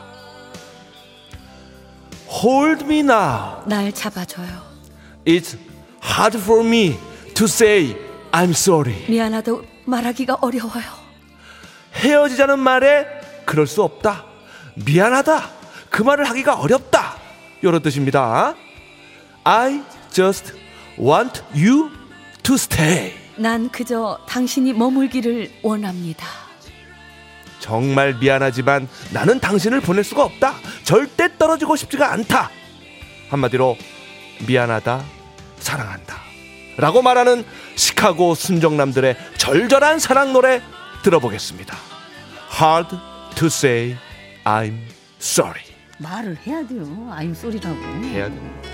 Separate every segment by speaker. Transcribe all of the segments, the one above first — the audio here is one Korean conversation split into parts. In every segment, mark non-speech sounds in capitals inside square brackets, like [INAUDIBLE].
Speaker 1: Hold me now.
Speaker 2: 날 잡아줘요.
Speaker 1: It's hard for me to say I'm sorry.
Speaker 2: 미안하다고 말하기가 어려워요.
Speaker 1: 헤어지자는 말에 그럴 수 없다. 미안하다. 그 말을 하기가 어렵다. 이런 뜻입니다. I just want you to stay.
Speaker 2: 난 그저 당신이 머물기를 원합니다.
Speaker 1: 정말 미안하지만 나는 당신을 보낼 수가 없다. 절대 떨어지고 싶지가 않다. 한마디로 미안하다, 사랑한다. 라고 말하는 시카고 순정남들의 절절한 사랑 노래 들어보겠습니다. Hard to say I'm sorry.
Speaker 2: 말을 해야 돼요. I'm sorry라고.
Speaker 1: 해야 됩니다.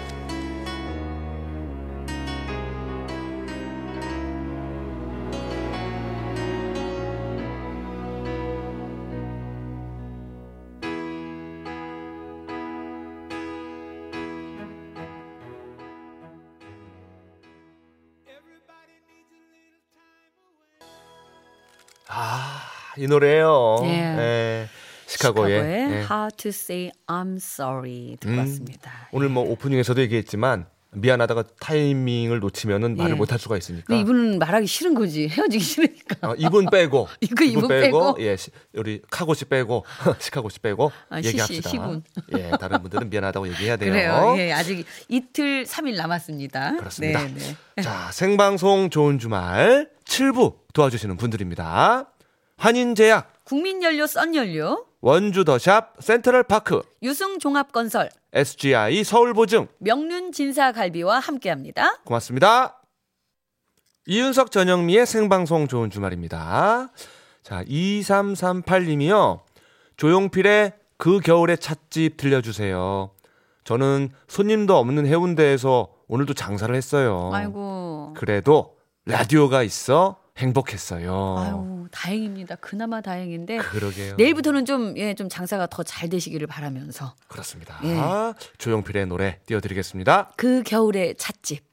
Speaker 1: 아, 이 노래요.
Speaker 2: 예.
Speaker 1: 예, 시카고의
Speaker 2: 시카고의
Speaker 1: 예.
Speaker 2: How to Say I'm Sorry
Speaker 1: 음.
Speaker 2: 듣고 왔습니다.
Speaker 1: 오늘 뭐 오프닝에서도 얘기했지만 미안하다가 타이밍을 놓치면은 말을
Speaker 2: 예.
Speaker 1: 못 할 수가 있으니까.
Speaker 2: 근데 이분은 말하기 싫은 거지. 헤어지기 싫으니까.
Speaker 1: 어, 이분 빼고
Speaker 2: [LAUGHS] 이거 이분 빼고?
Speaker 1: 예 시- 우리 카고 씨 빼고 [LAUGHS] 시카고 씨 빼고
Speaker 2: 아, 시-
Speaker 1: 얘기합시다.
Speaker 2: 시- 시분.
Speaker 1: 예 다른 분들은 미안하다고 얘기해야 돼요.
Speaker 2: 그래요. 예, 아직 이틀, 삼일 남았습니다.
Speaker 1: 그렇습니다.
Speaker 2: 네, 네.
Speaker 1: 자 생방송 좋은 주말 7부 도와주시는 분들입니다. 한인제약,
Speaker 2: 국민연료, 썬연료,
Speaker 1: 원주더샵, 센트럴파크,
Speaker 2: 유승종합건설,
Speaker 1: SGI 서울보증
Speaker 2: 명륜진사갈비와 함께합니다.
Speaker 1: 고맙습니다. 이윤석 전영미의 생방송 좋은 주말입니다. 자, 2338님이요. 조용필의 그 겨울의 찻집 들려주세요. 저는 손님도 없는 해운대에서 오늘도 장사를 했어요.
Speaker 2: 아이고.
Speaker 1: 그래도 라디오가 있어 행복했어요.
Speaker 2: 아유 다행입니다. 그나마 다행인데
Speaker 1: 그러게요.
Speaker 2: 내일부터는 좀 예, 좀 장사가 더 잘 되시기를 바라면서
Speaker 1: 그렇습니다.
Speaker 2: 예.
Speaker 1: 아, 조용필의 노래 띄워드리겠습니다.
Speaker 2: 그 겨울의 찻집.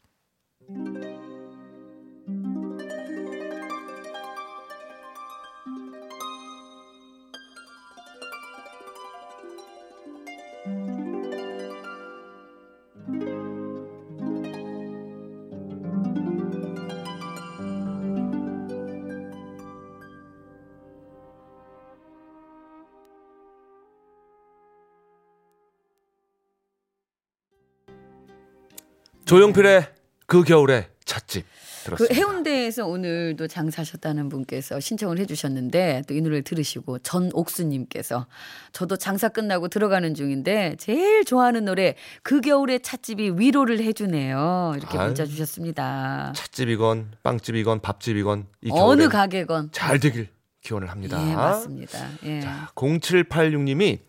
Speaker 1: 조용필의 그 겨울의 찻집
Speaker 2: 그
Speaker 1: 들었습니다.
Speaker 2: 해운대에서 오늘도 장사하셨다는 분께서 신청을 해주셨는데 또 이 노래를 들으시고 전옥수님께서 저도 장사 끝나고 들어가는 중인데 제일 좋아하는 노래 그 겨울의 찻집이 위로를 해주네요 이렇게
Speaker 1: 아유.
Speaker 2: 문자 주셨습니다.
Speaker 1: 찻집이건 빵집이건 밥집이건 이
Speaker 2: 어느
Speaker 1: 겨울엔
Speaker 2: 가게건
Speaker 1: 잘 되길 기원을 합니다.
Speaker 2: 예 맞습니다. 예.
Speaker 1: 자, 0786님이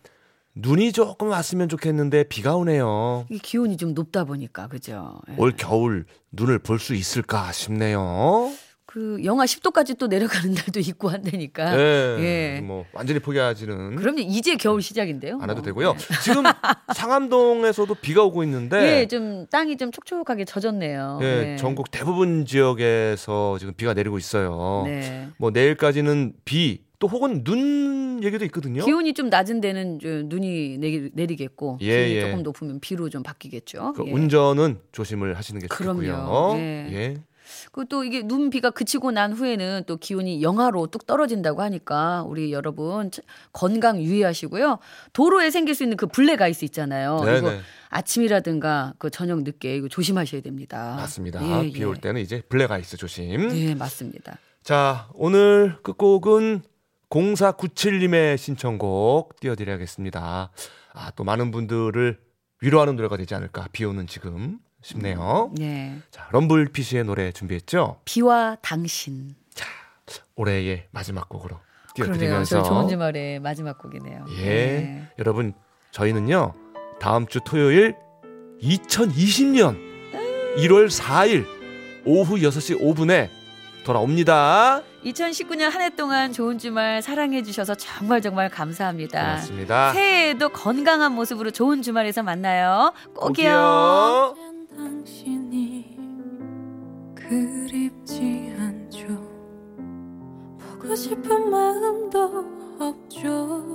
Speaker 1: 눈이 조금 왔으면 좋겠는데 비가 오네요.
Speaker 2: 이게 기온이 좀 높다 보니까 그죠. 예.
Speaker 1: 올 겨울 눈을 볼 수 있을까 싶네요.
Speaker 2: 그 영하 10도까지 또 내려가는 [LAUGHS] 날도 있고 한다니까.
Speaker 1: 예.
Speaker 2: 예.
Speaker 1: 뭐 완전히 포기하지는
Speaker 2: 그럼요 이제 겨울 시작인데요.
Speaker 1: 않아도
Speaker 2: 뭐.
Speaker 1: 되고요. 지금 상암동에서도 비가 오고 있는데
Speaker 2: 예, 좀 땅이 좀 촉촉하게 젖었네요.
Speaker 1: 네. 예,
Speaker 2: 예.
Speaker 1: 전국 대부분 지역에서 지금 비가 내리고 있어요.
Speaker 2: 네.
Speaker 1: 뭐 내일까지는 비 또 혹은 눈 얘기도 있거든요.
Speaker 2: 기온이 좀 낮은 데는 저 눈이 내리, 내리겠고
Speaker 1: 예,
Speaker 2: 기온이
Speaker 1: 예.
Speaker 2: 조금 높으면 비로 좀 바뀌겠죠.
Speaker 1: 그
Speaker 2: 예.
Speaker 1: 운전은 조심을 하시는 게
Speaker 2: 그럼요.
Speaker 1: 좋고요.
Speaker 2: 예.
Speaker 1: 예.
Speaker 2: 그리고 또 이게 눈 비가 그치고 난 후에는 또 기온이 영하로 뚝 떨어진다고 하니까 우리 여러분 차- 건강 유의하시고요. 도로에 생길 수 있는 그 블랙 아이스 있잖아요.
Speaker 1: 네네.
Speaker 2: 어, 이거 아침이라든가 그 저녁 늦게 이거 조심하셔야 됩니다.
Speaker 1: 맞습니다.
Speaker 2: 예,
Speaker 1: 비 올
Speaker 2: 예.
Speaker 1: 때는 이제 블랙 아이스 조심.
Speaker 2: 네, 맞습니다.
Speaker 1: 자, 오늘 끝곡은 0497님의 신청곡 띄워드려야겠습니다. 아, 또 많은 분들을 위로하는 노래가 되지 않을까. 비 오는 지금 싶네요.
Speaker 2: 네.
Speaker 1: 자, 럼블피쉬의 노래 준비했죠?
Speaker 2: 비와 당신.
Speaker 1: 올해의 마지막 곡으로
Speaker 2: 그러네요.
Speaker 1: 띄워드리면서.
Speaker 2: 저 좋은 주말의 마지막 곡이네요.
Speaker 1: 예.
Speaker 2: 네.
Speaker 1: 여러분, 저희는요, 다음 주 토요일 2020년 1월 4일 오후 6시 5분에 돌아옵니다.
Speaker 2: 2019년 한 해 동안 좋은 주말 사랑해 주셔서 정말 정말 감사합니다.
Speaker 1: 고맙습니다.
Speaker 2: 새해에도 건강한 모습으로 좋은 주말에서 만나요. 꼭이요.
Speaker 1: 꼭이요.
Speaker 3: 난 당신이 그립지 않죠 보고 싶은 마음도 없죠